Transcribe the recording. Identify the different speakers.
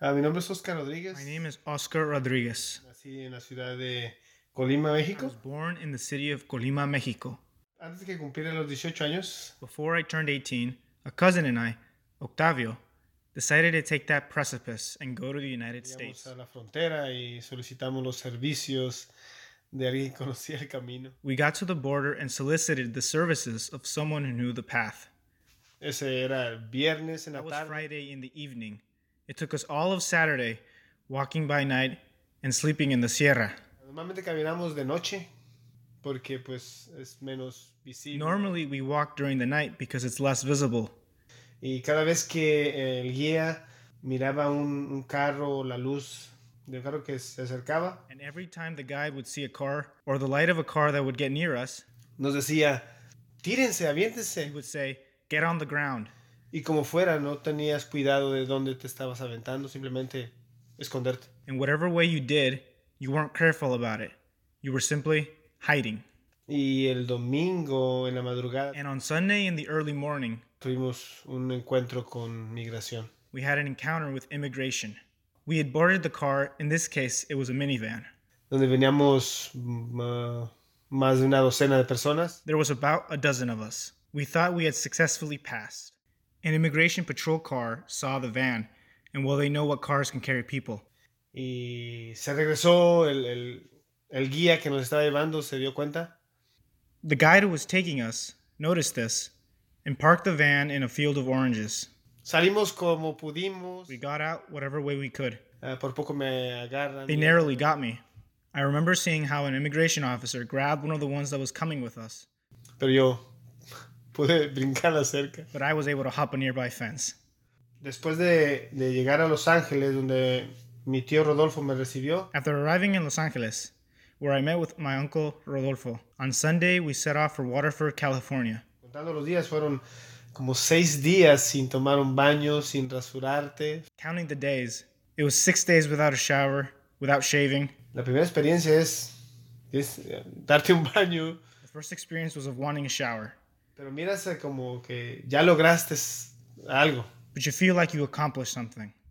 Speaker 1: Ah, mi nombre es Oscar Rodríguez.
Speaker 2: My name is Oscar Rodriguez.
Speaker 1: Nací en la ciudad de Colima,
Speaker 2: I
Speaker 1: México.
Speaker 2: was born in the city of Colima, Mexico.
Speaker 1: Antes de que cumpliera los 18 años,
Speaker 2: Before I turned 18, a cousin and I, Octavio, decided to take that precipice and go to the United
Speaker 1: íbamos
Speaker 2: States.
Speaker 1: a la frontera y solicitamos los servicios de alguien que conocía el camino.
Speaker 2: We got to the border and solicited the services of someone who knew the path.
Speaker 1: Ese era el viernes en la
Speaker 2: That was
Speaker 1: tarde.
Speaker 2: Friday in the evening. It took us all of Saturday walking by night and sleeping in the Sierra.
Speaker 1: Normalmente caminamos de noche porque pues es menos visible.
Speaker 2: Normally, we walk during the night because it's less visible.
Speaker 1: Y cada vez que el guía miraba un, un carro o la luz de un carro que se acercaba,
Speaker 2: And every time the guide would see a car or the light of a car that would get near us,
Speaker 1: nos decía, tírense, aviéntense.
Speaker 2: he would say, Get on the ground.
Speaker 1: Y como fuera, no tenías cuidado de dónde te estabas aventando, simplemente esconderte.
Speaker 2: And whatever way you did, you weren't careful about it. You were simply hiding.
Speaker 1: Y el domingo en la madrugada
Speaker 2: And on Sunday in the early morning,
Speaker 1: tuvimos un encuentro con migración.
Speaker 2: we had an encounter with immigration. We had boarded the car, in this case, it was a minivan.
Speaker 1: donde veníamos mm, ah, más de una docena de personas.
Speaker 2: There was about a dozen of us. We thought we had successfully passed. An immigration patrol car saw the van, and well, they know what cars can carry people.
Speaker 1: Y se regresó el, el- el guía que nos estaba llevando, se dio cuenta.
Speaker 2: The guide who was taking us noticed this and parked the van in a field of oranges.
Speaker 1: Salimos como pudimos.
Speaker 2: We got out whatever way we could.
Speaker 1: Ah, por poco me agarran.
Speaker 2: They narrowly got me. I remember seeing how an immigration officer grabbed one of the ones that was coming with us,
Speaker 1: Pero yo pude brincar la cerca.
Speaker 2: but I was able to hop a nearby fence.
Speaker 1: Después de, de llegar a Los Ángeles, donde mi tío Rodolfo me recibió,
Speaker 2: After arriving in Los Angeles, where I met with my uncle Rodolfo, on Sunday we set off for Waterford, California.
Speaker 1: contando los días, fueron como seis días sin tomar un baño, sin rasurarte.
Speaker 2: Counting the days, it was six days without a shower, without shaving.
Speaker 1: La primera experiencia es, es eh, darte un baño,
Speaker 2: The first experience was of wanting a shower,
Speaker 1: pero miras eh, como que ya lograste s- algo.
Speaker 2: but you feel like you accomplished something.